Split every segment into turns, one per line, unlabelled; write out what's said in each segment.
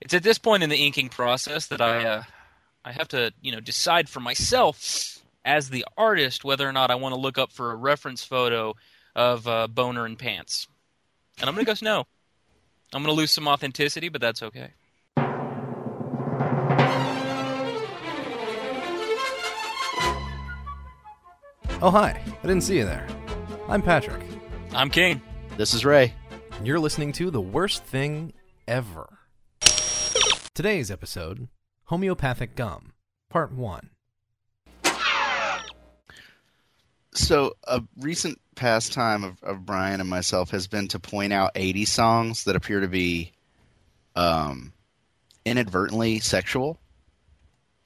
it's at this point in the inking process that I uh, I have to you know decide for myself as the artist whether or not I want to look up for a reference photo of uh, boner and pants, and I'm gonna go no. I'm gonna lose some authenticity, but that's okay.
Oh, hi. I didn't see you there. I'm Patrick.
I'm king.
This is Ray.
and You're listening to The Worst Thing Ever. Today's episode Homeopathic Gum, Part 1.
So, a recent pastime of, of Brian and myself has been to point out 80 songs that appear to be um, inadvertently sexual.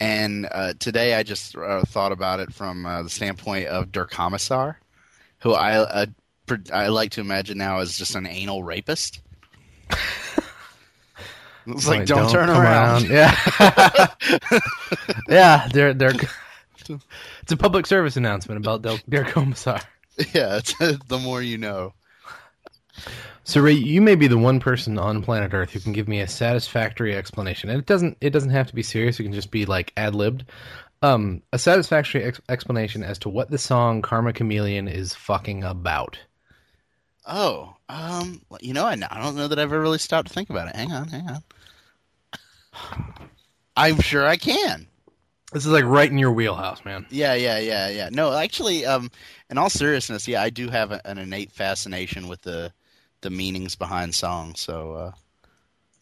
And uh, today I just uh, thought about it from uh, the standpoint of Dirk Commissar, who I, uh, pr- I like to imagine now is just an anal rapist. it's like, don't, turn around.
Yeah. yeah, they're they're It's a public service announcement about Del, Derek Commissar.
yeah, it's, the more you know.
So Ray, you may be the one person on planet Earth who can give me a satisfactory explanation. And it doesn't it doesn't have to be serious, it can just be like ad-libbed. Um, a satisfactory ex- explanation as to what the song Karma Chameleon is fucking about.
Oh, um, you know, I, I don't know that I've ever really stopped to think about it. Hang on, hang on. I'm sure I can.
This is like right in your wheelhouse, man.
Yeah, yeah, yeah, yeah. No, actually, um, in all seriousness, yeah, I do have a, an innate fascination with the the meanings behind songs. So uh,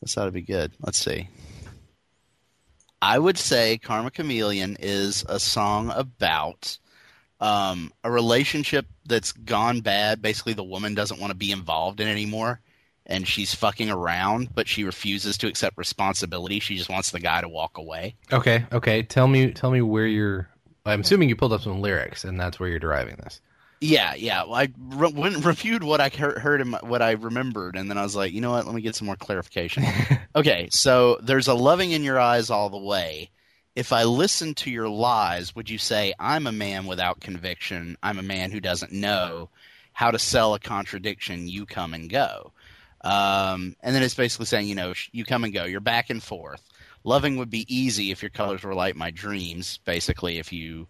this ought to be good. Let's see. I would say Karma Chameleon is a song about um, a relationship that's gone bad. Basically, the woman doesn't want to be involved in it anymore, and she's fucking around, but she refuses to accept responsibility. She just wants the guy to walk away.
Okay, okay. Tell me tell me where you're I'm assuming you pulled up some lyrics and that's where you're deriving this.
Yeah, yeah. Well, I re- went, reviewed what I heard, heard and what I remembered, and then I was like, you know what? Let me get some more clarification. okay, so there's a loving in your eyes all the way. If I listened to your lies, would you say I'm a man without conviction? I'm a man who doesn't know how to sell a contradiction. You come and go, um, and then it's basically saying, you know, sh- you come and go. You're back and forth. Loving would be easy if your colors were like my dreams. Basically, if you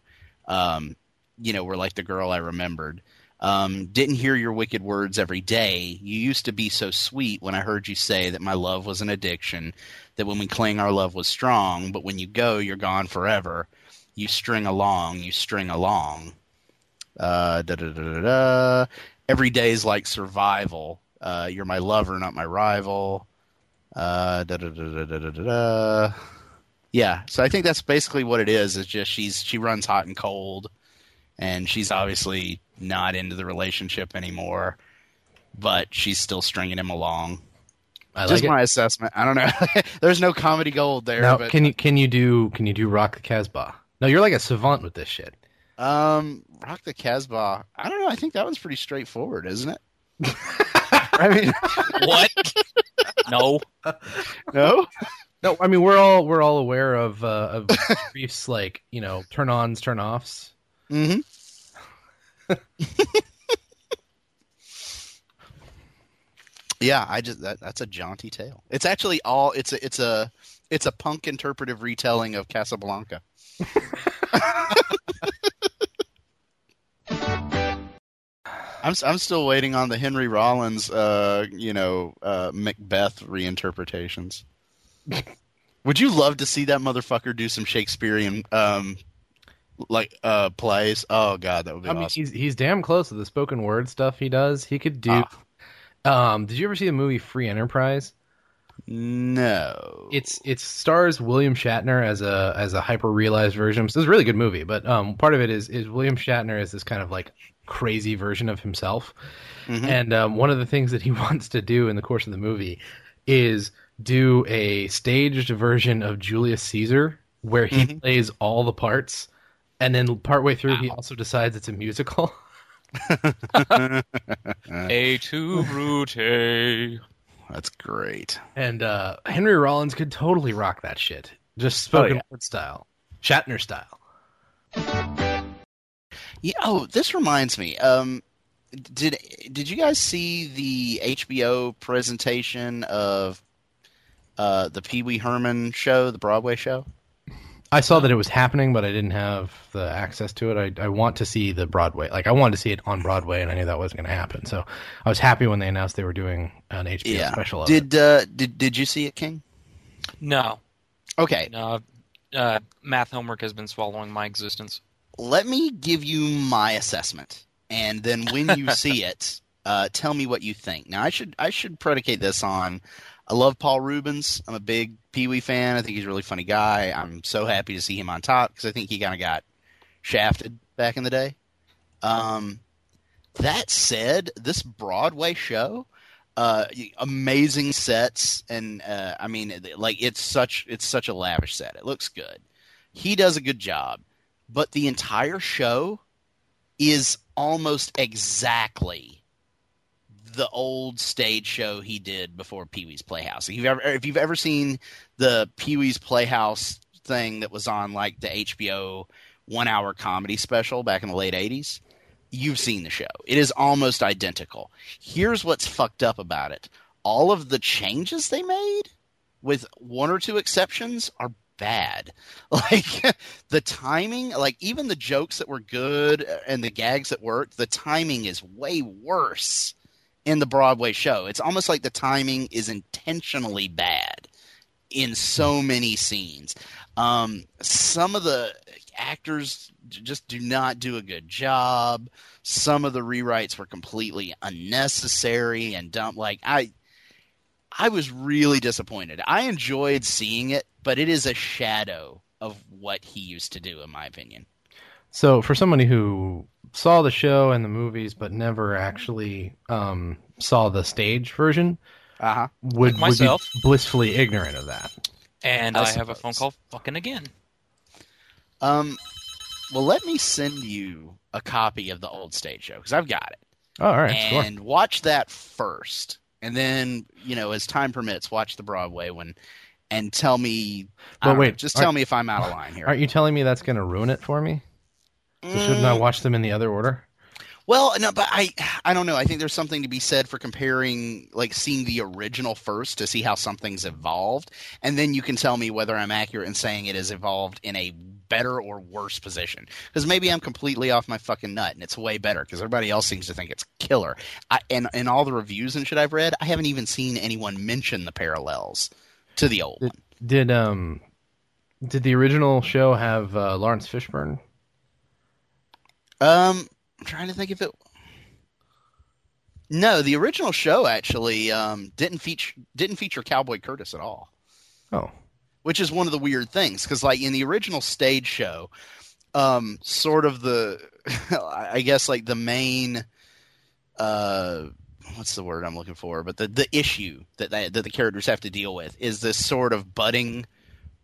um, you know, were like the girl I remembered. Um, didn't hear your wicked words every day. You used to be so sweet when I heard you say that my love was an addiction, that when we cling, our love was strong, but when you go, you're gone forever. You string along, you string along. Uh, da, da, da, da, da. Every day's like survival. Uh, you're my lover, not my rival. Uh, da, da, da, da, da, da, da, da. Yeah, so I think that's basically what it is. It's just she's she runs hot and cold and she's obviously not into the relationship anymore, but she's still stringing him along.
I
Just
like it.
my assessment. I don't know. There's no comedy gold there,
Now,
but
can you can you do can you do Rock the Casbah? No, you're like a savant with this shit.
um, Rock the Casbah. I don't know. I think that one's pretty straightforward, isn't it? I mean,
What? no.
no.
No, I mean we're all we're all aware of uh, of briefs like you know turn ons, turn offs.
Mm-hmm. yeah, I just that, that's a jaunty tale. It's actually all it's a it's a it's a punk interpretive retelling of Casablanca. I'm s- I'm still waiting on the Henry Rollins, uh, you know, uh, Macbeth reinterpretations. Would you love to see that motherfucker do some Shakespearean um, like uh plays. Oh god, that would be
I mean
awesome.
he's he's damn close to the spoken word stuff he does. He could do.
Ah.
Um, did you ever see the movie Free Enterprise?
No.
It's it stars William Shatner as a as a hyper realized version. So it's a really good movie, but um, part of it is is William Shatner is this kind of like crazy version of himself.
Mhm.
And um, one of the things that he wants to do in the course of the movie is do a staged version of Julius Caesar where he
Mhm.
plays all the parts. And then partway through, he also decides it's a musical.
Uh.
A two brute.
That's great.
And uh, Henry Rollins could totally rock that shit. Just spoken
Oh, yeah.
word style, Shatner style.
Yeah, oh, this reminds me. Um did did you guys see the HBO presentation of uh, the Pee Wee Herman show, the Broadway show?
I saw that it was happening, but I didn't have the access to it. I, I want to see the Broadway. Like, I wanted to see it on Broadway, and I knew that wasn't going to happen. So I was happy when they announced they were doing an HBO
Yeah.
special. Of it.
Did uh, did did you see it, King?
No,
Okay,
no. Uh, math homework has been swallowing my existence.
let me give you my assessment, and then when you see it, uh, tell me what you think. Now, I should I should predicate this on. I love Paul Rubens. I'm a big Pee Wee fan. I think he's a really funny guy. I'm so happy to see him on top because I think he kind of got shafted back in the day. Um, that said, this Broadway show, uh, amazing sets, and uh, I mean, like it's such it's such a lavish set. It looks good. He does a good job but the entire show is almost exactly the old stage show he did before Pee Wee's Playhouse. If you've ever if you've ever seen the Pee Wee's Playhouse thing that was on like the HBO one hour comedy special back in the late eighties, you've seen the show. It is almost identical. Here's what's fucked up about it. All of the changes they made, with one or two exceptions, are bad. Like the timing, like even the jokes that were good uh, and the gags that worked, the timing is way worse in the Broadway show. It's almost like the timing is intentionally bad in so many scenes. Um, some of the actors j- just do not do a good job. Some of the rewrites were completely unnecessary and dumb. Like I, I was really disappointed. I enjoyed seeing it, but it is a shadow of what he used to do, in my opinion.
So, for somebody who saw the show and the movies, but never actually um, saw the stage version,
Uh
Uh-huh.
huh.
would, would be
myself.
blissfully ignorant of that.
And
I
I, have a phone
suppose.
call fucking again.
Um, well, let me send you a copy of the old stage show because I've got it,
Oh, all right, sure.
and watch that first, and then you know, as time permits, watch the Broadway one, and tell me. I
But
don't know,
wait,
just
aren't-
tell me if I'm out of line here.
Aren't you telling me that's going to ruin it for me? So shouldn't
Mm.
I watch them in the other order?
Well, no, but I I don't know. I think there's something to be said for comparing like seeing the original first to see how something's evolved, and then you can tell me whether I'm accurate in saying it has evolved in a better or worse position. Because maybe I'm completely off my fucking nut and it's way better because everybody else seems to think it's killer. I and in all the reviews and shit I've read, I haven't even seen anyone mention the parallels to the old one.
Did um, did the original show have uh, Lawrence Fishburne?
Um, I'm trying to think if it. No, the original show actually um, didn't feature didn't feature Cowboy Curtis at all,
Oh,
which is one of the weird things because, like, in the original stage show, um, sort of the, I guess, like the main, uh, what's the word I'm looking for? But the the issue that they, that the characters have to deal with is this sort of budding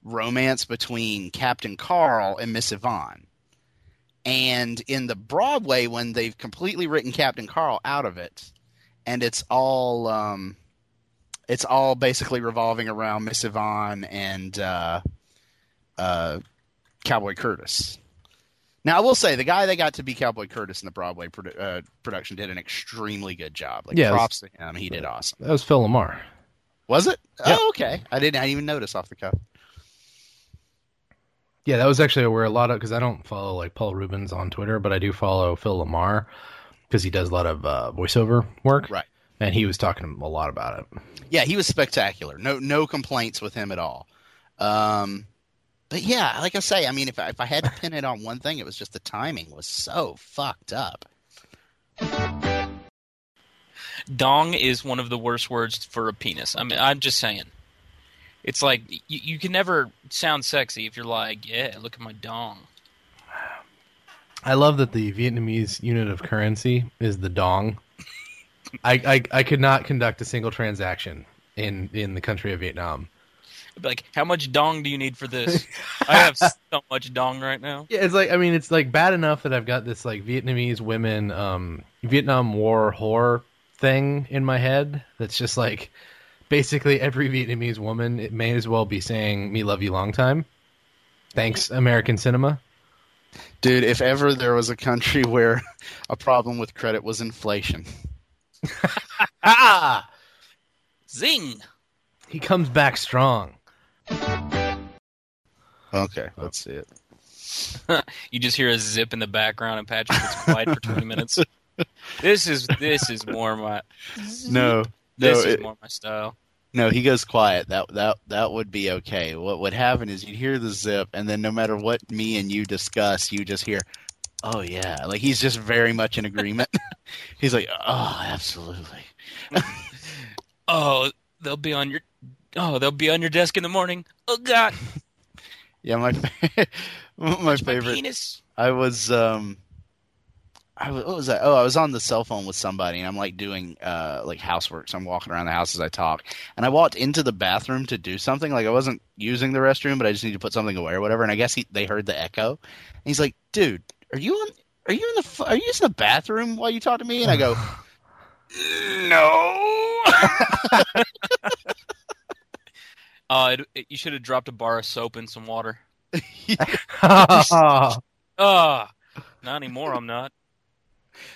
romance between Captain Carl and Miss Yvonne. And in the Broadway one, they've completely written Captain Carl out of it, and it's all um, it's all basically revolving around Miss Yvonne and uh, uh, Cowboy Curtis. Now, I will say the guy they got to be Cowboy Curtis in the Broadway produ- uh, production did an extremely good job. Like
Yeah, it was-
props to him, he did awesome.
that was Phil Lamar.
Was it?
Yeah.
Oh, okay. I didn't, I didn't even notice off the cuff.
Yeah, that was actually where a lot of because I don't follow like Paul Rubens on Twitter, but I do follow Phil Lamar because he does a lot of uh, voiceover work.
Right.
And he was talking a lot about it.
yeah, he was spectacular. No, no complaints with him at all. Um, but yeah, like I say, I mean, if I, if I had to pin it on one thing, it was just the timing was so fucked up.
Dong is one of the worst words for a penis. I mean, I'm just saying. It's like you, you can never sound sexy if you're like, yeah, look at my dong.
I love that the Vietnamese unit of currency is the dong. I, I I could not conduct a single transaction in in the country of Vietnam.
I'd be like, how much dong do you need for this? I have so much dong right now.
Yeah, it's like I mean, it's like bad enough that I've got this like Vietnamese women, um, Vietnam War whore thing in my head. That's just like basically every Vietnamese woman. It may as well be saying "Me love you long time." Thanks, American cinema.
Dude, if ever there was a country where a problem with credit was inflation,
Ah,
Zing!
He comes back strong.
Okay, let's see it.
You just hear a zip in the background, and Patrick gets quiet for twenty minutes. This is this is more my
No, no,
this is
it-
more my style.
no. He goes quiet. That that that would be okay. What would happen is you'd hear the zip, and then no matter what me and you discuss, you just hear, "Oh yeah," like he's just very much in agreement. he's like, "Oh, absolutely."
Oh, they'll be on your oh they'll be on your desk in the morning. Oh God,
Yeah, my fa- my
my
favorite.
penis.
I was um I was what was that? Oh, I was on the cell phone with somebody and I'm like doing uh like housework. So I'm walking around the house as I talk. And I walked into the bathroom to do something. Like I wasn't using the restroom, but I just need to put something away or whatever. And I guess he, they heard the echo. And he's like, "Dude, are you on are you in the fu- are you using the bathroom while you talk to me?" And I go,
No. uh, it, it- you should have dropped a bar of soap and some water. Ah, not anymore. I'm not.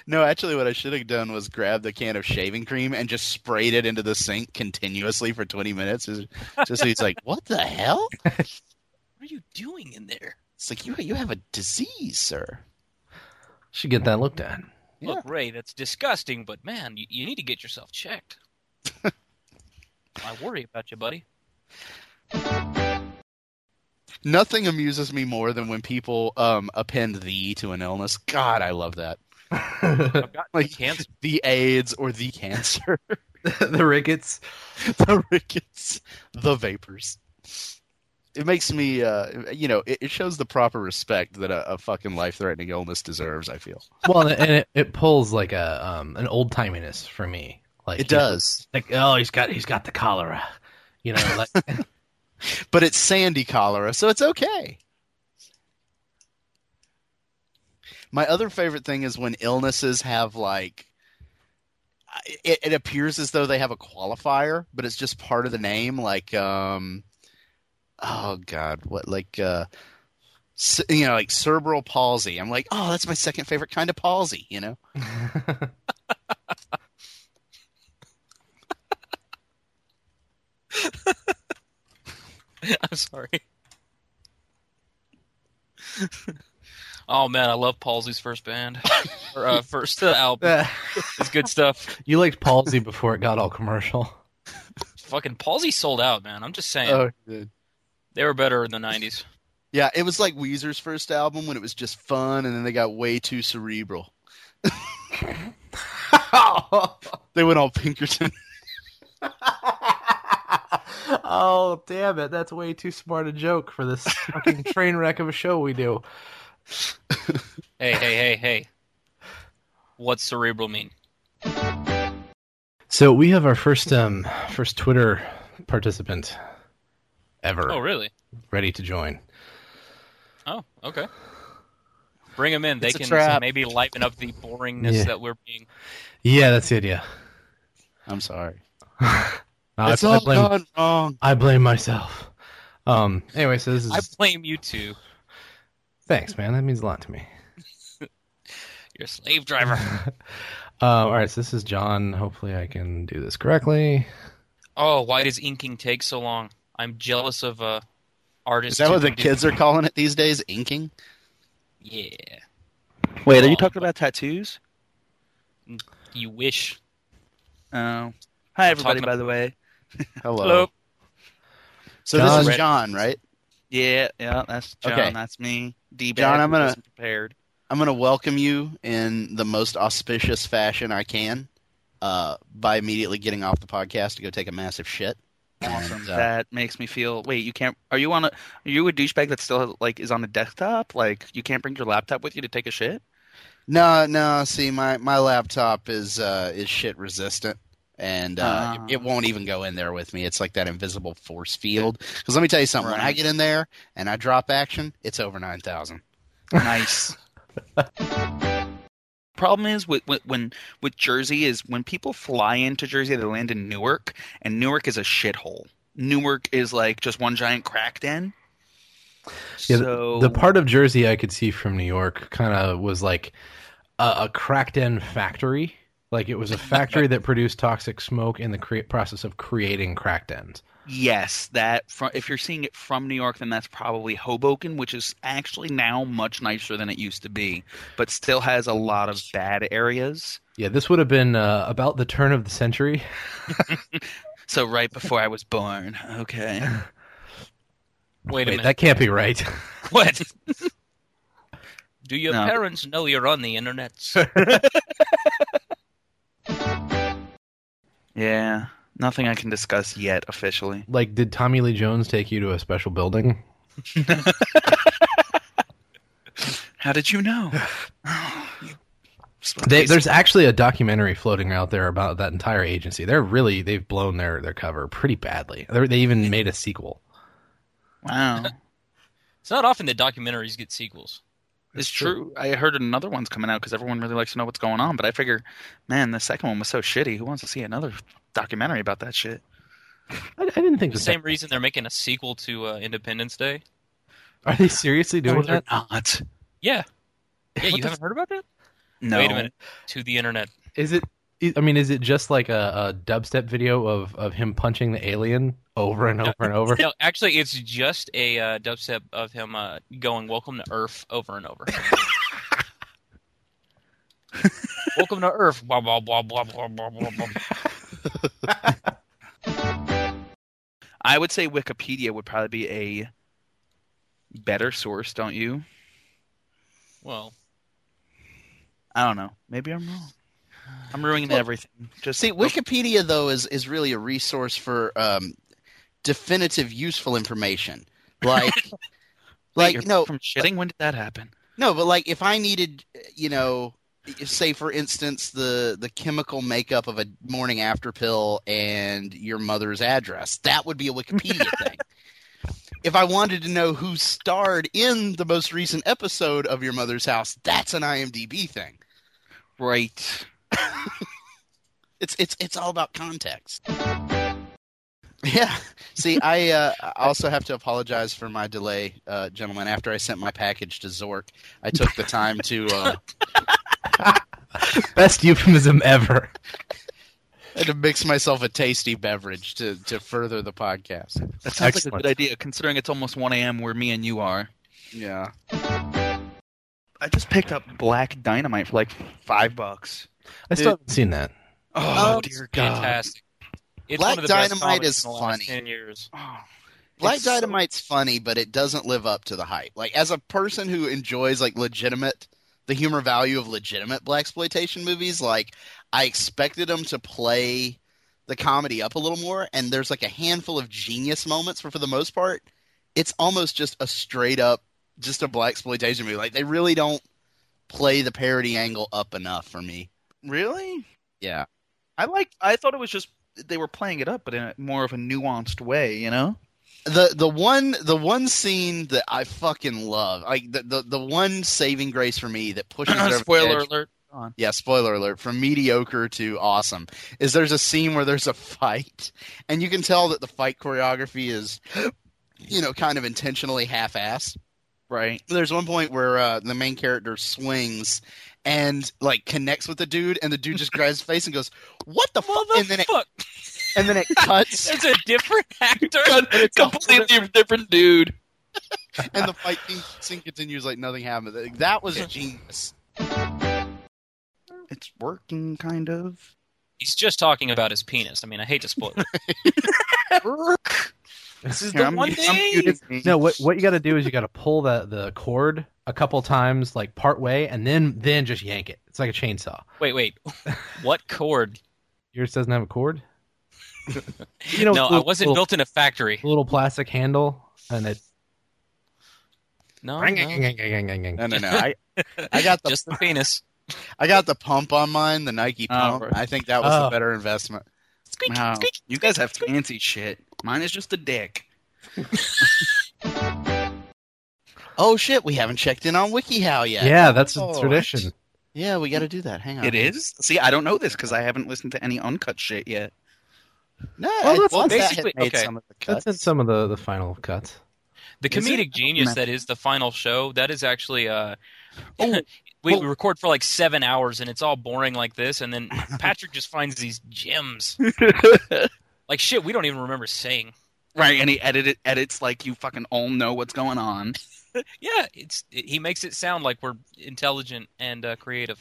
"No, actually what I should have done was grabbed a can of shaving cream and just sprayed it into the sink continuously for 20 minutes." Just so he's like, "What the hell?"
What are you doing in there?
It's like, "You you have a disease, sir."
Should get that looked at.
Look, Ray, that's disgusting, but man, you, you need to get yourself checked. I worry about you, buddy.
Nothing amuses me more than when people um, append the to an illness. God, I love that.
I've got
Like-
cancer.
The AIDS or the cancer,
the rickets.
the rickets, the vapors. It makes me, uh, you know, it, it shows the proper respect that a, a fucking life-threatening illness deserves. I feel
Well, and, it, and it, it pulls like a um an old timiness for me. Like
it does,
Like oh, he's got he's got the cholera. You know, like
but it's sandy cholera, so it's okay. My other favorite thing is when illnesses have like it, it appears as though they have a qualifier, but it's just part of the name. Like, um, oh god, what like uh, c- you know, like cerebral palsy. I'm like, oh, that's my second favorite kind of palsy. You know,
I'm sorry. oh man, I love Palsy's first band or uh, first uh, album. It's good stuff.
you liked palsy before it got all commercial.
Fucking Palsy sold out, man. I'm just saying
oh, dude.
they were better in the '90s.
yeah, it was like Weezer's first album when it was just fun, and then they got way too cerebral. They went all Pinkerton.
oh damn it! That's way too smart a joke for this fucking train wreck of a show we do.
Hey, hey, hey, hey. What's cerebral mean?
So we have our first um first Twitter participant ever
Oh, really?
ready to join.
Oh, okay. Bring them in. They
It's a
can
trap.
maybe lighten up the boringness
Yeah.
that we're being.
Yeah, that's the idea.
I'm sorry.
No, I-
it's
Uh, I
all
blame-
gone wrong.
I blame myself. Um. Anyway, so this is
I blame you two.
thanks, man. That means a lot to me.
You're a slave driver.
Uh, all right, so this is John. Hopefully, I can do this correctly.
Oh, why does inking take so long? I'm jealous of uh, artists.
Is that
who
what the
can do-
kids are calling it these days? Inking?
Yeah,
Wait, are
Oh.
you talking about tattoos?
you wish.
Oh. Hi, everybody,
Talking-
by the way.
Hello.
Hello.
So this
John.
is John, right?
Yeah, yeah, that's John.
Okay.
That's me. D
John, I'm gonna-
prepared.
I'm going to welcome you in the most auspicious fashion I can uh, by immediately getting off the podcast to go take a massive shit.
Awesome.
And, uh,
That makes me feel. Wait, you can't. Are you on a? Are you a douchebag that still like is on a desktop? Like you can't bring your laptop with you to take a shit?
No, no. See, my, my laptop is uh, is shit resistant, and uh,
Ah.
it, it won't even go in there with me. It's like that invisible force field. Because let me tell you something: when I
Right.
get in there and I drop action, it's over nine thousand.
Nice. Problem is with, with when with Jersey is when people fly into Jersey, they land in Newark, and Newark is a shithole. Newark is like just one giant crack den.
Yeah, the-
so
the part of Jersey I could see from New York kind of was like a, a cracked in factory. Like it was a factory that produced toxic smoke in the cre- process of creating cracked ends.
Yes, that from, if you're seeing it from New York, then that's probably Hoboken, which is actually now much nicer than it used to be, but still has a lot of bad areas.
Yeah, this would have been uh, about the turn of the century.
So right before I was born. Okay.
Wait a
Wait,
minute.
that can't be right.
What?
Do your
No.
parents know you're on the internet?
Yeah. Nothing I can discuss yet officially.
like, did Tommy Lee Jones take you to a special building?
How did you know? You-
They, there's actually a documentary floating out there about that entire agency. They're really they've blown their, their cover pretty badly. They're, they even made a sequel.
wow.
it's not often that documentaries get sequels.
It's true. I heard another one's coming out because everyone really likes to know what's going on. But I figure, man, the second one was so shitty. Who wants to see another documentary about that shit?
I, I didn't think
The
the
same reason they're making a sequel to uh, Independence Day.
Are they seriously doing
no,
that?
they're not.
Yeah. Yeah,
What
you
the
haven't heard about that?
No.
Wait a minute. To the internet.
Is it? I I mean, is it just like a, a dubstep video of, of him punching the alien over and over and over?
No, actually, it's just a uh, dubstep of him uh, going "Welcome to Earth" over and over. Welcome to Earth. Blah blah blah blah blah blah blah. blah.
I would say Wikipedia would probably be a better source, don't you?
Well,
I don't know. Maybe I'm wrong. I'm ruining everything. Just
See, Wikipedia though is is really a resource for um, definitive, useful information. Like,
Wait,
like
you're
no,
from shitting. When did that happen?
no, but like if I needed, you know, if- say for instance the the chemical makeup of a morning after pill and your mother's address, that would be a Wikipedia thing. If I wanted to know who starred in the most recent episode of Your Mother's House, that's an IMDb thing.
Right.
It's it's it's all about context. Yeah. See, I uh, I also have to apologize for my delay, uh, gentlemen. After I sent my package to Zork, I took the time to uh,
Best euphemism ever.
I had to mix myself a tasty beverage to to further the podcast.
That sounds like
Excellent.
a good idea, considering it's almost 1 a.m. where me and you are.
Yeah.
I just picked up Black Dynamite for like five bucks.
I still haven't seen that.
Oh,
Oh,
dear God.
fantastic. It's
Black
one of the best
Dynamite
comics
is
in the last
funny.
Ten years.
Oh,
Black
it's so-
Dynamite's funny, but it doesn't live up to the hype. Like as a person who enjoys like legitimate the humor value of legitimate black exploitation movies, like I expected them to play the comedy up a little more and there's like a handful of genius moments, but for the most part, it's almost just a straight up just a black exploitation movie. Like they really don't play the parody angle up enough for me.
Really?
Yeah.
I like. I thought it was just they were playing it up, but in a, more of a nuanced way. You know?
the the one the one scene that I fucking love, like the the, the one saving grace for me that pushes it over the edge-
alert.
Yeah, spoiler alert. From mediocre to awesome is there's a scene where there's a fight, and you can tell that the fight choreography is, you know, kind of intentionally half-assed
Right.
there's one point where uh, the main character swings and like connects with the dude and the dude just grabs his face and goes what the fuck and then it
Motherfuck.
and then it cuts
It's a different actor.
Completely different dude.
and the fight scene- scene continues like nothing happened Like, that was genius
It's working, kind of.
He's just talking about his penis. I mean, I hate to spoil it.
This is
the one thing-
No, what what you got to do is you got to pull the, the cord a couple times, like part way, and then then just yank it. It's like a chainsaw.
Wait, wait. What cord?
Yours doesn't have a cord. you know,
no,
little-
I wasn't
little,
built in a factory.
Little plastic handle, and it.
No, no.
no no no i i got the
just the penis.
i got the pump on mine the nike
Oh,
pump
right.
i think that was
Oh.
the better investment
Squeak,
Wow.
squeak.
You guys have fancy shit. Mine is just a dick.
oh shit we haven't checked in on wikihow yet
Yeah, that's a
Oh,
tradition.
yeah we gotta do that hang on
It is. See, I don't know this because I haven't listened to any uncut shit yet.
Well,
no it-
that's-
well, that had
basically-
made
okay.
some of the cuts
That's in some of the, the final cuts.
The
Is it? I
comedic
don't
genius
remember.
that is the final show. That is actually uh,
Oh,
we,
well-
we record for like seven hours and it's all boring like this, and then Patrick just finds these gems. like shit, we don't even remember saying.
Right, and he edit it, edits like you fucking all know what's going on.
Yeah, it's it, he makes it sound like we're intelligent and uh, creative,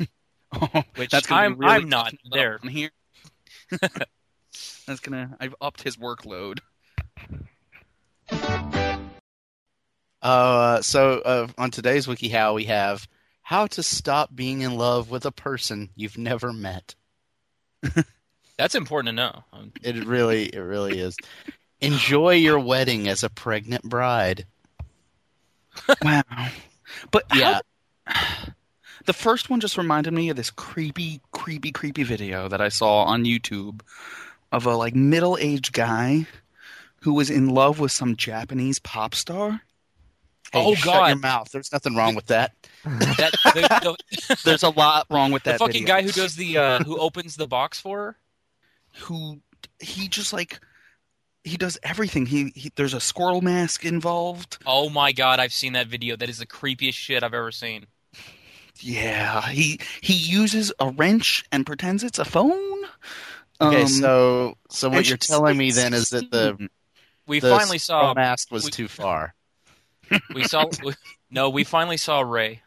which
That's gonna be
I'm
really
I'm not there.
I'm here. That's gonna. I've upped his workload.
Uh, so uh, on today's WikiHow, we have how to stop being in love with a person you've never met.
That's important to know. Um,
It really, it really is. Enjoy your wedding as a pregnant bride.
Wow. But
Yeah.
yeah. the first one just reminded me of this creepy, creepy, creepy video that I saw on YouTube of a like middle aged guy who was in love with some Japanese pop star.
Hey,
Oh,
shut your
God.
mouth. There's nothing wrong with that.
that the, the,
There's a lot wrong with
the
that.
fucking
video.
guy who does the uh, who opens the box for her.
who he just like he does everything. He, he there's a squirrel mask involved.
Oh my god, I've seen that video. That is the creepiest shit I've ever seen.
Yeah, he he uses a wrench and pretends it's a phone.
Okay,
Um,
so so
and
what you're
she's,
telling
like,
me then is that the,
16.
We
the
finally
skull
oh,
saw
mask was
we-
too far.
we saw we, no, we finally saw Ray.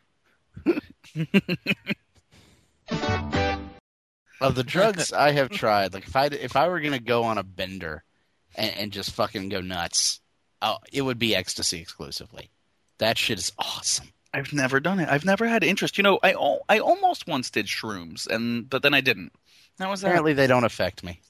Of the drugs I have tried, like if I if I were gonna go on a bender and, and just fucking go nuts, oh, it would be ecstasy exclusively. That shit is awesome.
I've never done it. I've never had interest. You know, I al- I almost once did shrooms, and but then I didn't. That was that.
Apparently, they don't affect me.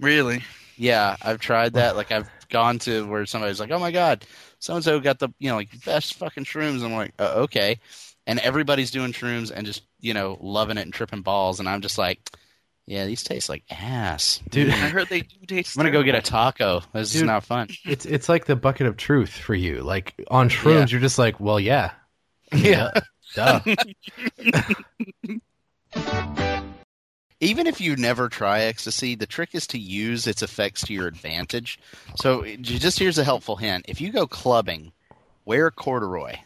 Really?
Yeah, I've tried that. Like I've gone to where somebody's like, "Oh my god, so and so got the you know like best fucking shrooms." I'm like, uh, "Okay," and everybody's doing shrooms and just you know loving it and tripping balls, and I'm just like, "Yeah, these taste like ass."
Dude,
I heard they do taste.
I'm gonna go get a
terrible.
taco. This is
Dude.
not fun.
It's it's like the bucket of truth for you. Like on shrooms, you're just like, well, yeah,
Yeah.
duh.
Even if you never try ecstasy, the trick is to use its effects to your advantage. So, j- just here's a helpful hint: if you go clubbing, wear corduroy.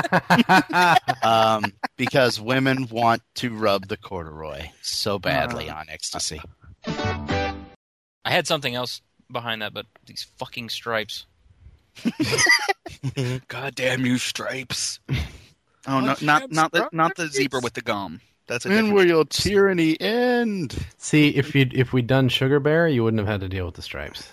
um, because women want to rub the corduroy so badly
Uh,
on ecstasy.
I had something else behind that, but these fucking stripes.
God damn you stripes! Oh no,
Goddamn
not not the not the
stripes.
zebra with the gum. That's a
When
different.
will your tyranny end?
See, if you if we'd done Sugar Bear, you wouldn't have had to deal with the stripes.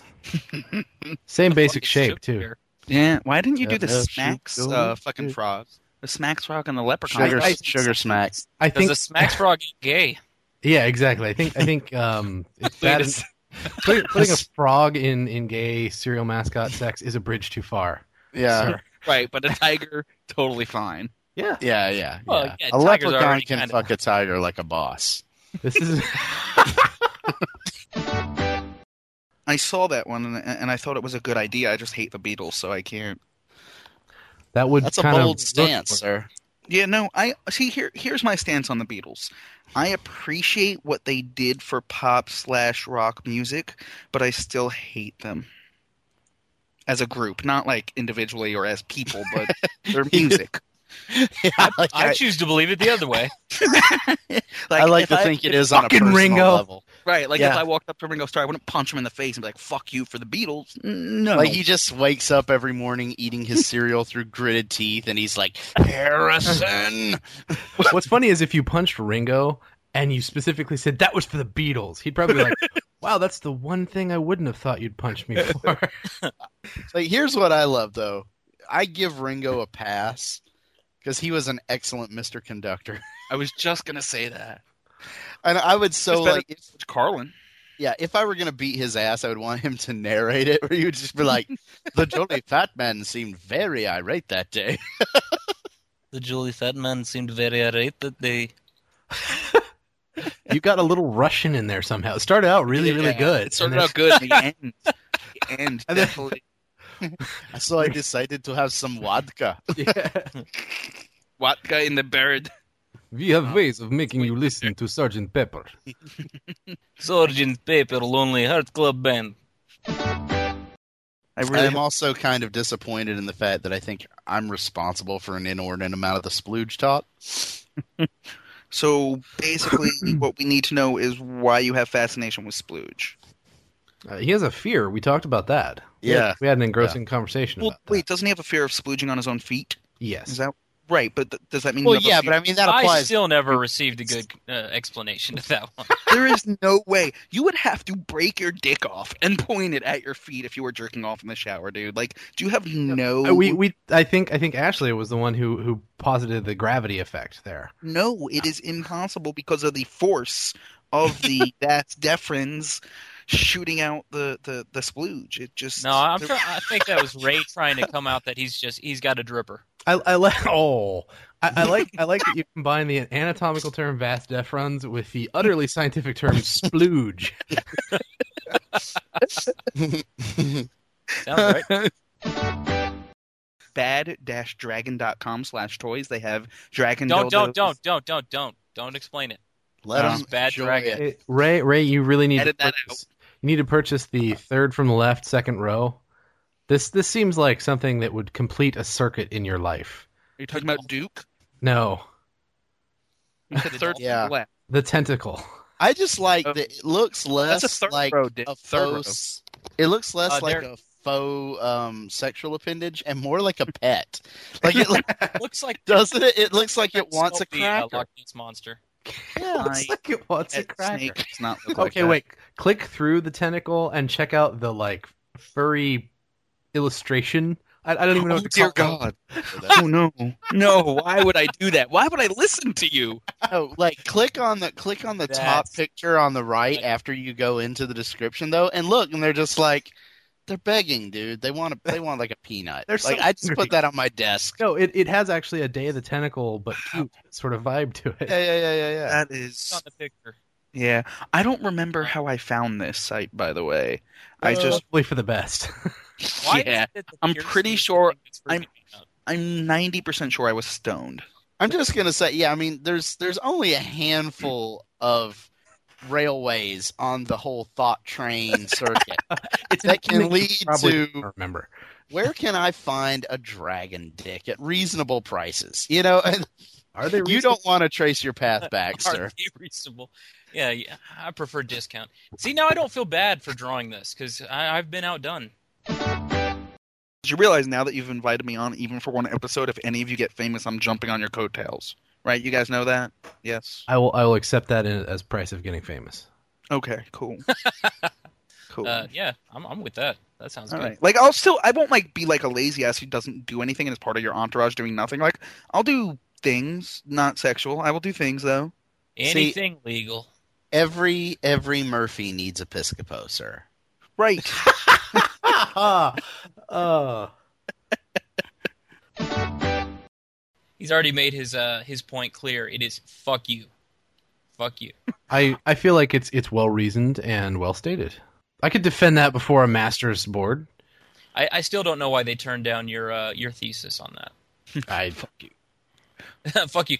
Same basic
Fucking
shape
stupid
too.
here.
Yeah, why didn't you do the
Yeah, no, shoot,
smacks
go
uh,
with
fucking
it.
frog? The smacks frog and the leprechaun.
Sugar,
I- I-
sugar smacks.
I
Does
think.
the Smacks Frog ain't gay?
Yeah, exactly. I think. I think. Um, it's bad.
Wait a
en- putting, putting a frog in in gay serial mascot sex is a bridge too far.
Yeah,
sir.
Right, but a tiger totally fine.
Yeah.
yeah, yeah.
Well,
yeah.
yeah, tigers
a
are
leprechaun
already
can
kinda-
fuck a tiger like a boss.
This is.
I saw that one and, and I thought it was a good idea. I just hate the Beatles, so I can't.
That would.
That's a
kind of
bold
look
stance,
for-
sir.
Yeah, no, I see here here's my stance on the Beatles. I appreciate what they did for pop slash rock music, but I still hate them. As a group, not like individually or as people, but their music.
I like,
I
I,
choose to believe it the other way.
I like
if
to think it is on a
Fucking
personal
Ringo.
level.
right, like if
Yeah.
I walked up to Ringo Starr, I wouldn't punch him in the face and be like, "Fuck you for the Beatles." No,
Like he just wakes up every morning eating his cereal through gritted teeth, and he's like, "Harrison."
What's funny is if you punched Ringo and you specifically said that was for the Beatles, he'd probably be like, "Wow, that's the one thing I wouldn't have thought you'd punch me for."
Like, here's what I love though. I give Ringo a pass because he was an excellent Mr. Conductor,
I was just gonna say that.
and I would so
It's better-
like, if,
Carlin.
yeah. If I were gonna beat his ass, I would want him to narrate it, where you would just be like, "The jolly fat man seemed very irate that day."
The Julie Fat Man seemed very irate that they.
you got a little Russian in there somehow. It started out really, really
Yeah,
good.
It started
and
out good. The end, the end
And then-
definitely.
So I decided to have some vodka.
then- Yeah.
Watka in the bird.
We have ways of making you listen to Sergeant Pepper.
Sergeant Paper, Lonely Heart Club Band.
I
I'm also kind of disappointed in the fact that I think I'm responsible for an inordinate amount of the splooge talk.
So basically, what we need to know is why you have fascination with splooge.
Uh, he has a fear. We talked about that. We had-
Yeah.
we had an engrossing conversation.
Well,
about that.
wait, doesn't he have a fear of splooging on his own feet? Is
Yes.
that right? But th- does that mean?
Well,
you have a
yeah,
fear-
but I mean that
I
applies.
still never received a good uh, explanation to that one.
there is no way you would have to break your dick off and point it at your feet if you were jerking off in the shower, dude. Like, do you have no?
Uh, We we I think I think Ashley was the one who who posited the gravity effect there.
No, it is impossible because of the force of the that deferens shooting out the the the splooge. It just
No, I'm try- I think that was Ray trying to come out that he's just he's got a dripper.
I, I like oh I, I like I like that you combine the anatomical term vas deferens with the utterly scientific term splooge.
Sounds right.
bad-dragon.com slash toys. They have dragon.
Don't don't
dildos.
don't don't don't don't don't explain it.
Let
Um,
him
Bad
enjoy
Dragon.
it.
It- Ray Ray, you really need
Edit
to
that
purchase, you need to purchase the third from the left, second row. This this seems like something that would complete a circuit in your life.
Are you talking about Duke?
No,
You said third
Yeah.
from the left.
the tentacle.
I just like
Uh,
that. It looks less
That's a third
like
row, Dick.
a
Third row.
faux. It looks less
Uh,
like
there-
a faux um, sexual appendage and more like a pet. Like it like,
Looks like
doesn't it? It looks like it
Sculpt
wants a
the, uh,
cracker.
Loch Ness monster.
Yeah.
Looks like it wants a
That
cracker.
snake does not look like
Okay,
that.
wait. Click through the tentacle and check out the like furry illustration. I, I don't even know.
Oh
what to
dear
call it.
God! Oh no! No! Why would I do that? Why would I listen to you?
Oh, like click on the click on the top
That's-
picture on the right after you go into the description though, and look, and they're just like they're begging, dude. They want a, they want like a peanut.
They're
like
so
I just
hungry.
put that on my desk.
No, it, it has actually a Day of the Tentacle, but cute sort of vibe to
Yeah,
it.
yeah, yeah, yeah, yeah.
That
It's
is
on the picture.
Yeah, I don't remember how I found this site, by the way. I
Uh,
just,
hopefully for the best.
Why is
yeah,
it that the
I'm
piercing
pretty
is the
sure
thing that's freaking me out?
I'm 90% sure I was stoned.
I'm just gonna say, yeah. I mean, there's there's only a handful of railways on the whole thought train circuit.
it's
That
something
can
you
lead
probably
to-
don't remember.
Where can I find a dragon dick at reasonable prices? You know,
Are they?
you don't want to trace your path back,
Are
sir.
they reasonable? Yeah, yeah, I prefer discount. See, now I don't feel bad for drawing this because I've been outdone.
Did you realize now that you've invited me on, even for one episode, if any of you get famous, I'm jumping on your coattails? Right? You guys know that? Yes.
I will. I will accept that in, as price of getting famous.
Okay, cool. cool.
Uh, yeah, I'm, I'm with that. That sounds
All
good.
right. Like I'll still I won't like be like a lazy ass who doesn't do anything and is part of your entourage doing nothing. Like I'll do things, not sexual. I will do things though.
Anything legal.
Every every Murphy needs Episcopo, sir.
Right.
Ah, uh,
He's already made his uh his point clear. It is fuck you, fuck you.
I I feel like it's it's well reasoned and well stated. I could defend that before a master's board.
I, I still don't know why they turned down your uh, your thesis on
I fuck you.
that. fuck you.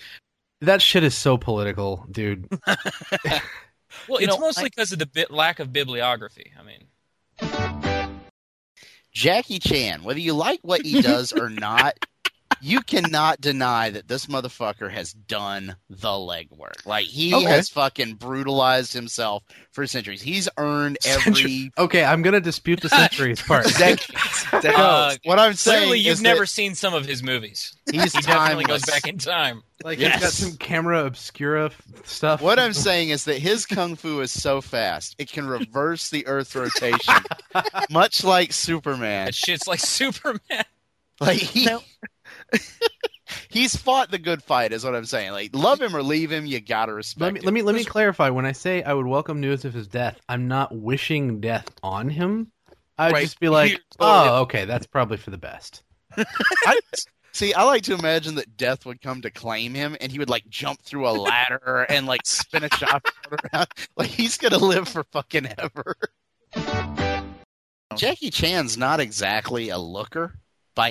That shit is so political, dude.
Well,
You
it's
know,
mostly because of the bit lack of bibliography. I mean,
Jackie Chan, whether you like what he does or not, you cannot deny that this motherfucker has done the legwork. Like he
Okay.
has fucking brutalized himself for centuries. He's earned every.
Okay, I'm gonna dispute the centuries part.
Decade.
Uh,
what I'm saying
clearly
is
you've never seen some of his movies.
that he's
He definitely
timeless.
goes back in time.
Like
Yes.
he's got some camera obscura f- stuff.
What I'm saying is that his kung fu is so fast it can reverse the Earth's rotation, much like Superman.
That shit's like Superman.
Like he, he's fought the good fight, is what I'm saying. Like love him or leave him, you gotta respect.
Let me
him.
let me let me clarify. When I say I would welcome news of his death, I'm not wishing death on him. I'd
Right.
just be like,
You're
oh, okay, that's probably for the best.
I, see, I like to imagine that death would come to claim him, and he would like jump through a ladder and like spin a shopboard around. Like he's gonna live for fucking ever. Jackie Chan's not exactly a looker by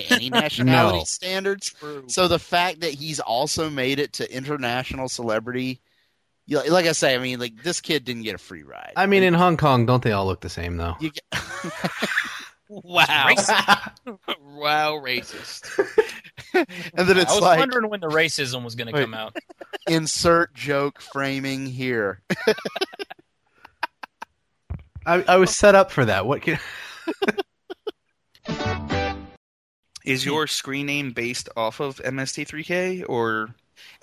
any nationality
No.
standards. So the fact that he's also made it to international celebrity, you- like I say, I mean, like this kid didn't get a free ride.
I mean, in Hong Kong, don't they all look the same though?
You-
Wow,
wow, racist.
and then
I
it's
was
like
wondering when the racism was going to
Wait.
come out.
insert joke framing here.
I, I was set up for that. What can
Is your screen name based off of MST3K or?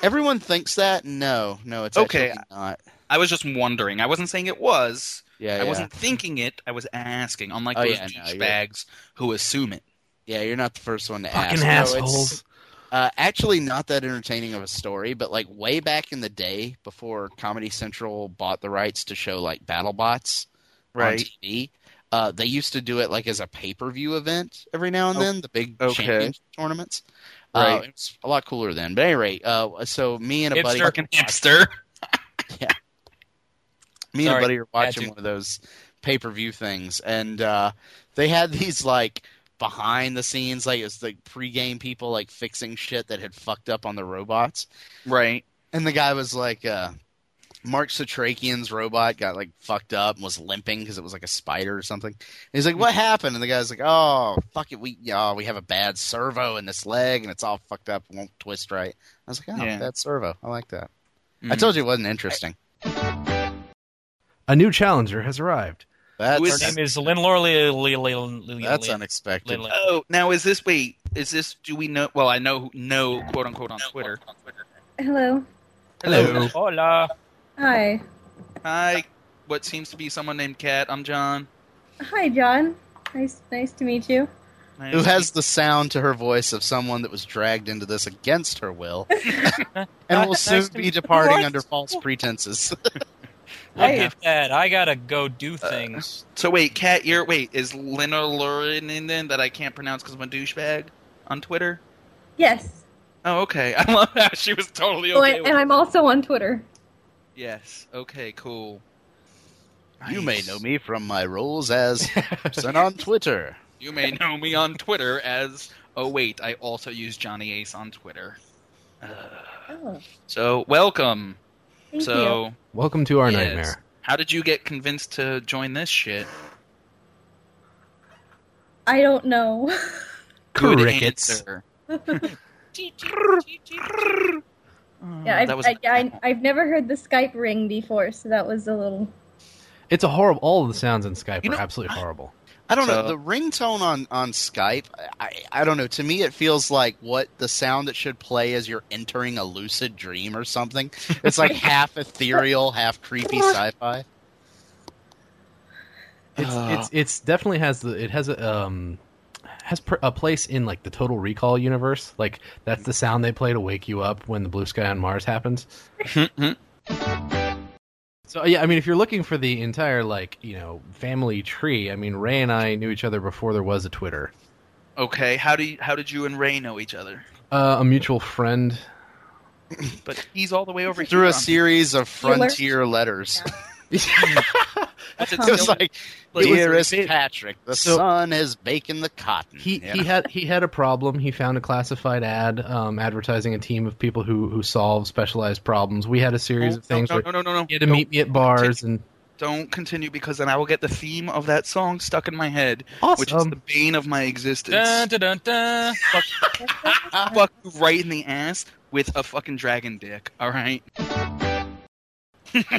Everyone thinks that. No, no, it's
Okay.
actually not.
I was just wondering. I wasn't saying it was.
Yeah, yeah.
I wasn't thinking it. I was asking. Unlike
Oh,
those
yeah, no, you're-
douchebags who assume it.
Yeah, you're not the first one to
Fucking
ask. No, it's,
assholes.
uh, actually, not that entertaining of a story, but like way back in the day, before Comedy Central bought the rights to show like BattleBots on TV, uh, they used to do it like as a pay per view event every now and
Oh,
then, the big
okay.
championship tournaments. Uh,
Right.
it was a lot cooler then. But anyway, uh, so me and a buddy,
Hipster can hipster.
me and a
Sorry,
buddy are
had
watching
to.
one of those pay per view things, and uh, they had these like behind the scenes, like it's like pregame people like fixing shit that had fucked up on the robots,
Right.
and the guy was like, uh, Mark Satrakian's robot got like fucked up and was limping because it was like a spider or something. And he's like, "What happened?" And the guy's like, "Oh, fuck it, we oh, we have a bad servo in this leg, and it's all fucked up, won't twist right." I was like, "Oh,
Yeah.
bad servo, I like that." I
Mm.
Mhm.
told you it wasn't interesting.
A new challenger has arrived.
Her
That's
name is Lynn Lorley.
that's unexpected.
Oh, now is this? Wait, is this? Do we know? Well, I know no quote unquote on
Oh.
Twitter.
Hello.
Hello.
Hola.
Hi.
Hi. What seems to be someone named Kat. I'm John.
Hi, John. Nice, nice to meet you.
Nice
who
to
has the sound to her voice of someone that was dragged into this against her will and will
Nice
soon
to
be
meet-
departing
What?
under false pretenses.
Look
Hey.
at that. I gotta go
Uh.
do things.
So wait, Kat, you're wait is Lena Lorinen that I can't pronounce because I'm a douchebag on Twitter?
Yes.
Oh, okay. I love how she was totally
Oh,
okay.
and,
with
and I'm also on Twitter.
Yes. Okay. Cool.
You may
Nice.
know me from my roles as Simpson on Twitter.
You may know me on Twitter as. Oh wait, I also use Johnny Ace on Twitter.
Oh,
So welcome.
thank
so
Welcome to our
Yes.
nightmare.
how did you get convinced to join this shit?
I don't know.
Good
Crickets.
answer.
yeah, I've,
Hmm, That was-
I, yeah, I, I've never heard the Skype ring before, so that was a little.
It's a horrible. All of the sounds in Skype
You
are
know,
absolutely horrible.
I don't know.
So-
The ringtone on, on Skype, I, I don't know. To me, it feels like what the sound that should play as you're entering a lucid dream or something. It's like half ethereal, half creepy sci fi.
It's,
Uh.
it's it's definitely has the it has a um has pr- a place in like the Total Recall universe. Like that's the sound they play to wake you up when the blue sky on Mars happens.
Mm-hmm.
So yeah, I mean, if you're looking for the entire like you know family tree, I mean, Ray and I knew each other before there was a Twitter.
okay. How do you, how did you and Ray know each other?
Uh, a mutual friend.
But he's all the way over
Through
here.
a
on-
series of
You learned-
frontier letters.
What's it
It was
still-
like,
Like,
dearest
it-
Patrick, the
So-
sun is baking the cotton.
He
you
he
know?
had he had a problem. He found a classified ad um, advertising a team of people who who solve specialized problems. We had a series of things
Oh, no,
where
no, no, no, no.
he had to
Don't-
meet me at bars and
Don't continue because then I will get the theme of that song stuck in my head, which is
Awesome.
the bane of my existence.
Dun, dun, dun, dun. Fuck.
Fuck you right in the ass with a fucking dragon dick. All right.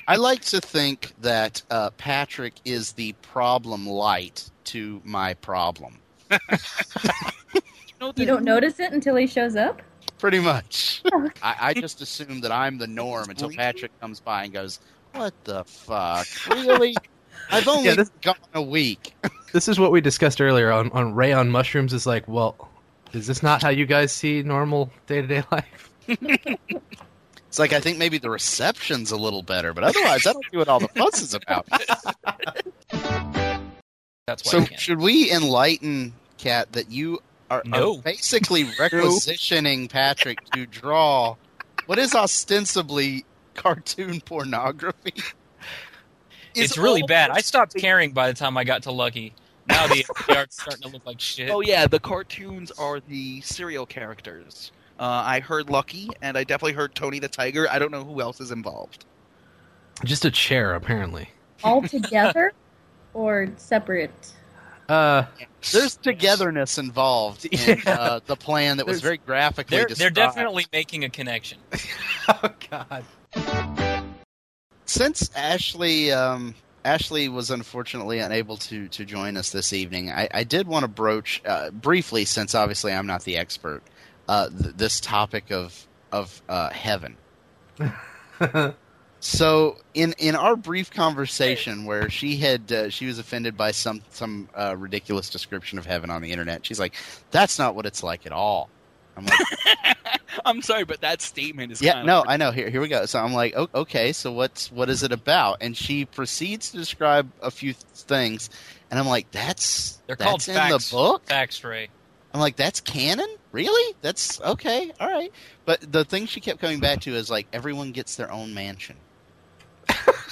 I like to think that uh, Patrick is the problem light to my problem.
you don't notice it until he shows up.
Pretty much. I, I just assume that I'm the norm until Patrick comes by and goes, What the fuck? Really? I've only
Yeah, this-
gone a week.
this is what we discussed earlier on on Ray on mushrooms. Is like, well, is this not how you guys see normal day to day life?
It's like I think maybe the reception's a little better, but otherwise I don't see what all the fuss is about.
That's why
So
I can't.
should we enlighten Kat that you are,
No.
are basically requisitioning Patrick to draw what is ostensibly cartoon pornography?
It's, really
all-
bad. I stopped caring by the time I got to Lucky. Now the the art's starting to look like shit.
Oh yeah, the cartoons are the serial characters. Uh, I heard Lucky, and I definitely heard Tony the Tiger. I don't know who else is involved.
Just a chair, apparently.
All together or separate?
Uh,
There's togetherness involved in uh, the plan that was
There's-
very graphically
They're, they're
described.
definitely making a connection.
oh God.
since Ashley um, Ashley was unfortunately unable to to join us this evening. I, I did want to broach uh, briefly, since obviously I'm not the expert, uh, th- this topic of of uh, heaven. So in in our brief conversation where she had uh, she was offended by some some uh, ridiculous description of heaven on the internet, she's like, "That's not what it's like at all." I'm like,
I'm sorry, but that statement is
yeah,
kind
no,
Of,
I know. Here, here we go. So I'm like, oh, okay, so what's what is it about? And she proceeds to describe a few th- things, and I'm like, that's
They're
that's
called
in
facts.
the book.
Facts, Ray.
I'm like, that's canon, really? That's okay, all right. But the thing she kept coming back to is like, everyone gets their own mansion.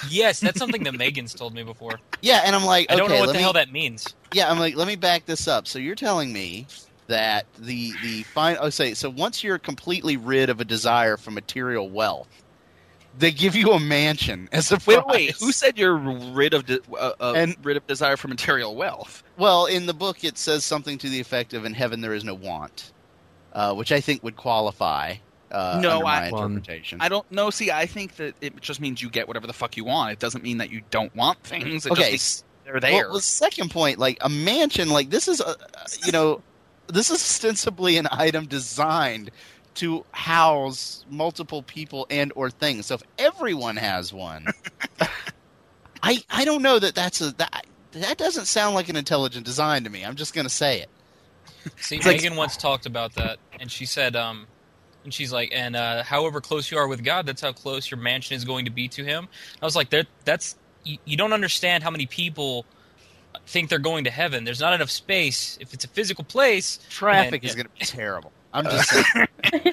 Yes, that's something that Megan's told me before.
Yeah, and I'm like,
I don't
okay,
know what
let
the
me,
hell that means.
yeah, I'm like, let me back this up. So you're telling me that the the final oh, say so once you're completely rid of a desire for material wealth, they give you a mansion as a
wait,
prize.
wait, who said you're rid of de- uh, uh,
And-
rid of desire for material wealth?
Well, in the book, it says something to the effect of "In heaven there is no want," uh, which I think would qualify. Uh,
No,
under my
I-
Well,
interpretation.
I don't know. See, I think that it just means you get whatever the fuck you want. It doesn't mean that you don't want things. It
okay,
just means
s-
they're
well,
there.
the second point, like a mansion, like this is a, you know, this is ostensibly an item designed to house multiple people and or things. So if everyone has one, I I don't know that that's a that that doesn't sound like an intelligent design to me. I'm just gonna say it.
See,
It's like-
Megan once talked about that, and she said, um, and she's like, and uh, however close you are with God, that's how close your mansion is going to be to Him. I was like, that, that's you, you don't understand how many people think they're going to heaven. There's not enough space. If it's a physical place,
Traffic
And-
is gonna be terrible. I'm just saying.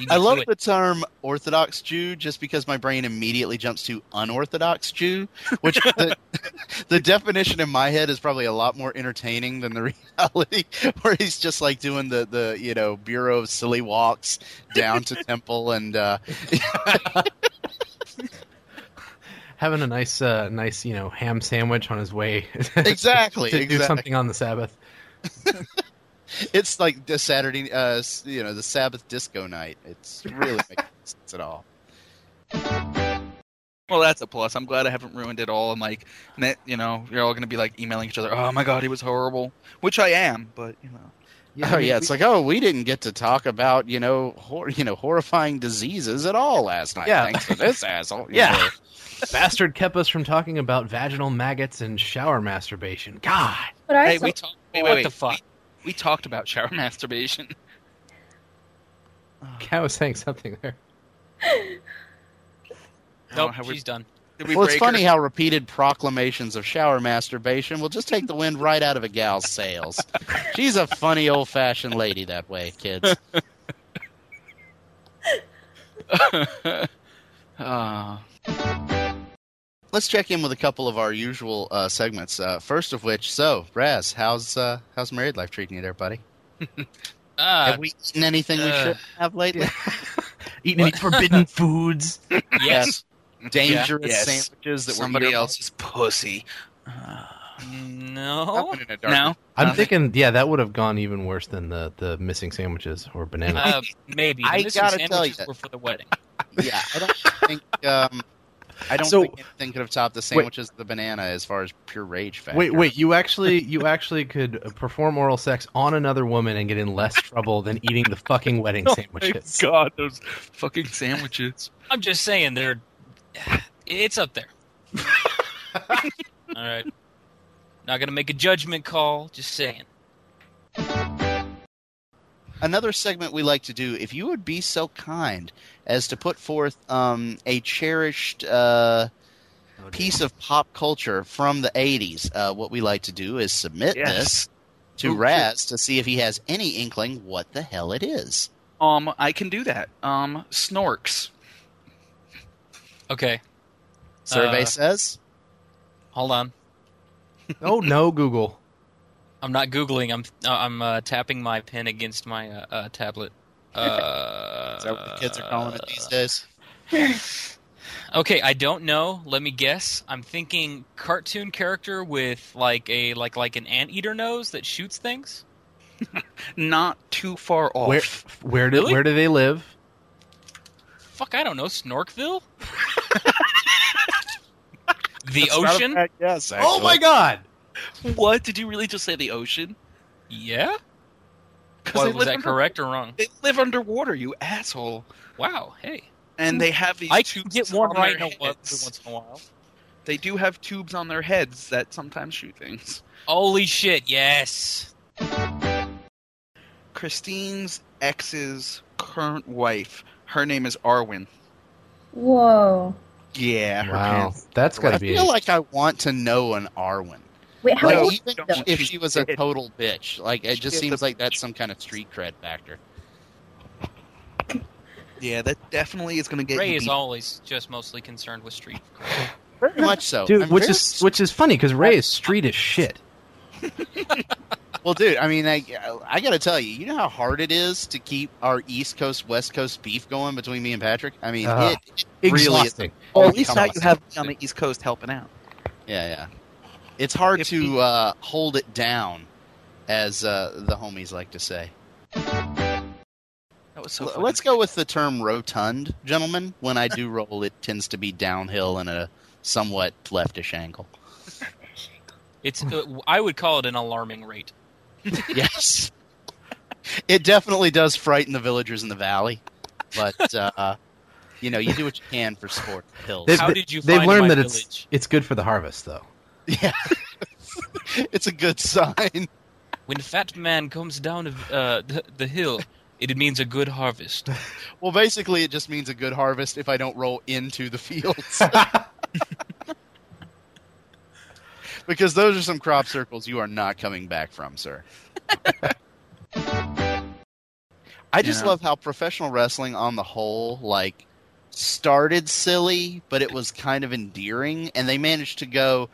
you
I
do
love
it.
the term Orthodox Jew just because my brain immediately jumps to unorthodox Jew, which the, the definition in my head is probably a lot more entertaining than the reality, where he's just like doing the, the you know Bureau of Silly Walks down to temple and uh,
Having a nice, uh, nice, you know, ham sandwich on his way
exactly,
to
Oh,
do
exactly.
something on the Sabbath.
It's like the Saturday, uh, s- you know, the Sabbath disco night. It's really makes no sense at all.
Well, that's a plus. I'm glad I haven't ruined it all. And like, net, you know, you're all gonna be like emailing each other. Oh my god, he was horrible, which I am. But you know,
oh yeah, it's like oh, we didn't get to talk about you know hor- you know horrifying diseases at all last night.
Yeah.
thanks to this asshole. You
Yeah.
know.
Bastard kept us from talking about vaginal maggots and shower masturbation. God.
But I
hey,
saw-
we talked. Wait,
What
wait,
the
wait.
fuck?
We, we talked about shower masturbation.
Cat was saying something there.
I don't know
Nope,
how we-
she's done.
did we
well, it's
break her?
funny how repeated proclamations of shower masturbation will just take the wind right out of a gal's sails. She's a funny old fashioned lady that way, kids.
Ah.
Let's check in with a couple of our usual uh, segments. Uh, first of which, so Raz, how's uh, how's married life treating you there, buddy?
Uh,
Have we eaten anything we
uh,
should have lately?
Eating any forbidden foods.
yes.
Dangerous
Yeah, yes.
sandwiches that
somebody
were earmarked?
else's pussy. Ah.
That
Uh, No.
went in a dark
no,
I'm
Nothing.
thinking, yeah, that would have gone even worse than the, the missing sandwiches or banana.
Uh, maybe. The
I
missing
gotta tell
sandwiches
you.
were for the wedding.
yeah, I don't think um, I don't
So-
think anything could have topped the sandwiches, the banana, as far as pure rage factor.
Wait, wait! You actually, you actually could perform oral sex on another woman and get in less trouble than eating the fucking wedding
Oh
sandwiches.
God, those fucking sandwiches.
I'm just saying, they're. It's up there. All right. Not gonna make a judgment call. Just saying.
Another segment we like to do. If you would be so kind as to put forth um, a cherished uh, piece of pop culture from the '80s, uh, what we like to do is submit this to
Ooh,
Raz to see if he has any inkling what the hell it is.
Um, I can do that. Um, snorks.
Okay,
Survey
Uh,
says
hold on.
Oh no, Google!
I'm not googling. I'm uh, I'm uh, tapping my pen against my uh, uh, tablet. Uh,
is that what the kids are calling it these days?
Okay, I don't know. Let me guess. I'm thinking cartoon character with like a like like an anteater nose that shoots things.
Not too far off.
Where, where do,
Really?
where do they live?
Fuck, I don't know. Snorkville. The
That's not a
ocean?
fact, yes.
Oh my god!
What did you really just say? The ocean?
Yeah?
Because
Why, was that correct or wrong?
They live underwater, you asshole.
Wow, hey.
And they have these.
I
tubes
get one
on
right
their
now every
heads.
once in a while.
They do have tubes on their heads that sometimes shoot things.
Holy shit, yes.
Christine's ex's current wife. Her name is Arwen.
Whoa.
Yeah, her
Wow,
parents-
that's got
I
to be.
feel like I want to know an Arwen.
Wait, how
Like
No,
old?
even
don't.
if she was a
She's
total bitch, like it just
She's
seems
a
like that's some kind of street cred factor.
Yeah, that definitely is going to get
Ray
you.
is
beat.
always just mostly concerned with street.
Very much so,
Dude,
I'm
which
very-
is which is funny because Ray is street as shit.
well, dude. I mean, I, I got to tell you, you know how hard it is to keep our East Coast West Coast beef going between me and Patrick. I mean,
Uh,
it, it really is.
Exhausting.
Well, at least now you
Come on.
have me on the East Coast helping out.
Yeah, yeah. It's hard
If
to
he-
uh, hold it down, as uh, the homies like to say.
That was so.
L-
fucking-
Let's go with the term rotund, gentlemen. When I do roll, it tends to be downhill in a somewhat leftish angle.
It's uh, I would call it an alarming rate.
yes. It definitely does frighten the villagers in the valley, but uh, you know you do what you can for sport hills.
They've-
How did you
They've
find my
learned that
village?
it's it's good for the harvest, though.
yeah, it's a good sign.
When fat man comes down uh, the, the hill, it means a good harvest.
Well, basically, it just means a good harvest if I don't roll into the fields. because those are some crop circles you are not coming back from, sir. I just
Yeah.
love how professional wrestling on the whole like started silly, but it was kind of endearing and they managed to go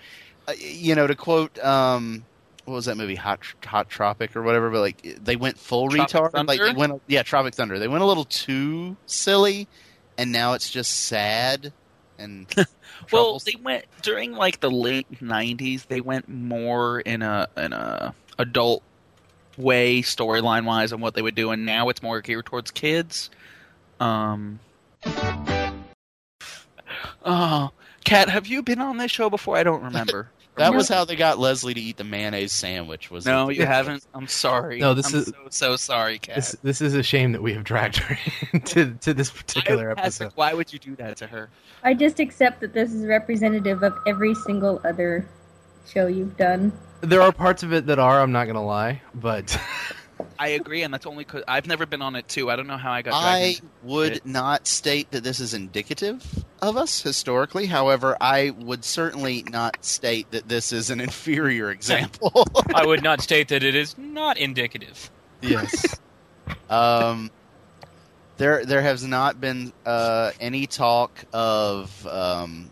uh, you know, to quote um what was that movie Hot Hot Tropic or whatever, but like they went full
Tropic
retard, like they
Thunder?
went yeah, Tropic Thunder. They went a little too silly and now it's just sad and
Well,
troublesome.
they went during like the late '90s. They went more in a in a adult way, storyline wise, on what they would do, and now it's more geared towards kids. Um. Oh, Kat, have you been on this show before? I don't remember.
That was how they got Leslie to eat the mayonnaise sandwich. Was
No,
it?
you haven't. I'm sorry.
No, this
I'm
is-
so, so sorry, Kat.
This, this is a shame that we have dragged her into to this particular
Why- Patrick,
episode.
Why would you do that to her?
I just accept that this is representative of every single other show you've done.
There are parts of it that are, I'm not gonna lie, but
I agree, and that's only because I've never been on it too. I don't know how I got. dragged
I
into
would
it.
not state that this is indicative of us historically. However, I would certainly not state that this is an inferior example.
I would not state that it is not indicative.
yes. Um, there, there has not been uh, any talk of um,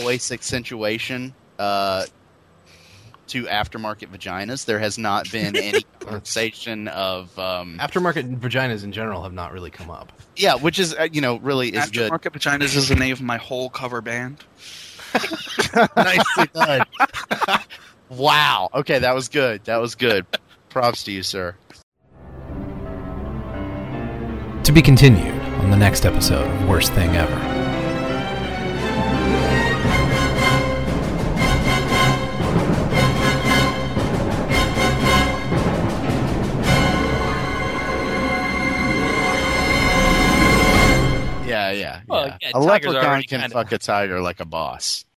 voice accentuation uh, to aftermarket vaginas. There has not been any conversation of um,
aftermarket vaginas in general have not really come up.
yeah, which is uh, you know really is good.
Aftermarket Vaginas is the name of my whole cover band.
Nicely done. wow. Okay, that was good. That was good. Props to you, sir.
To be continued on the next episode of Worst Thing Ever.
Yeah, yeah.
Well,
yeah.
yeah,
a
tigers are
leprechaun
already
can
kinda-
fuck a tiger like a boss.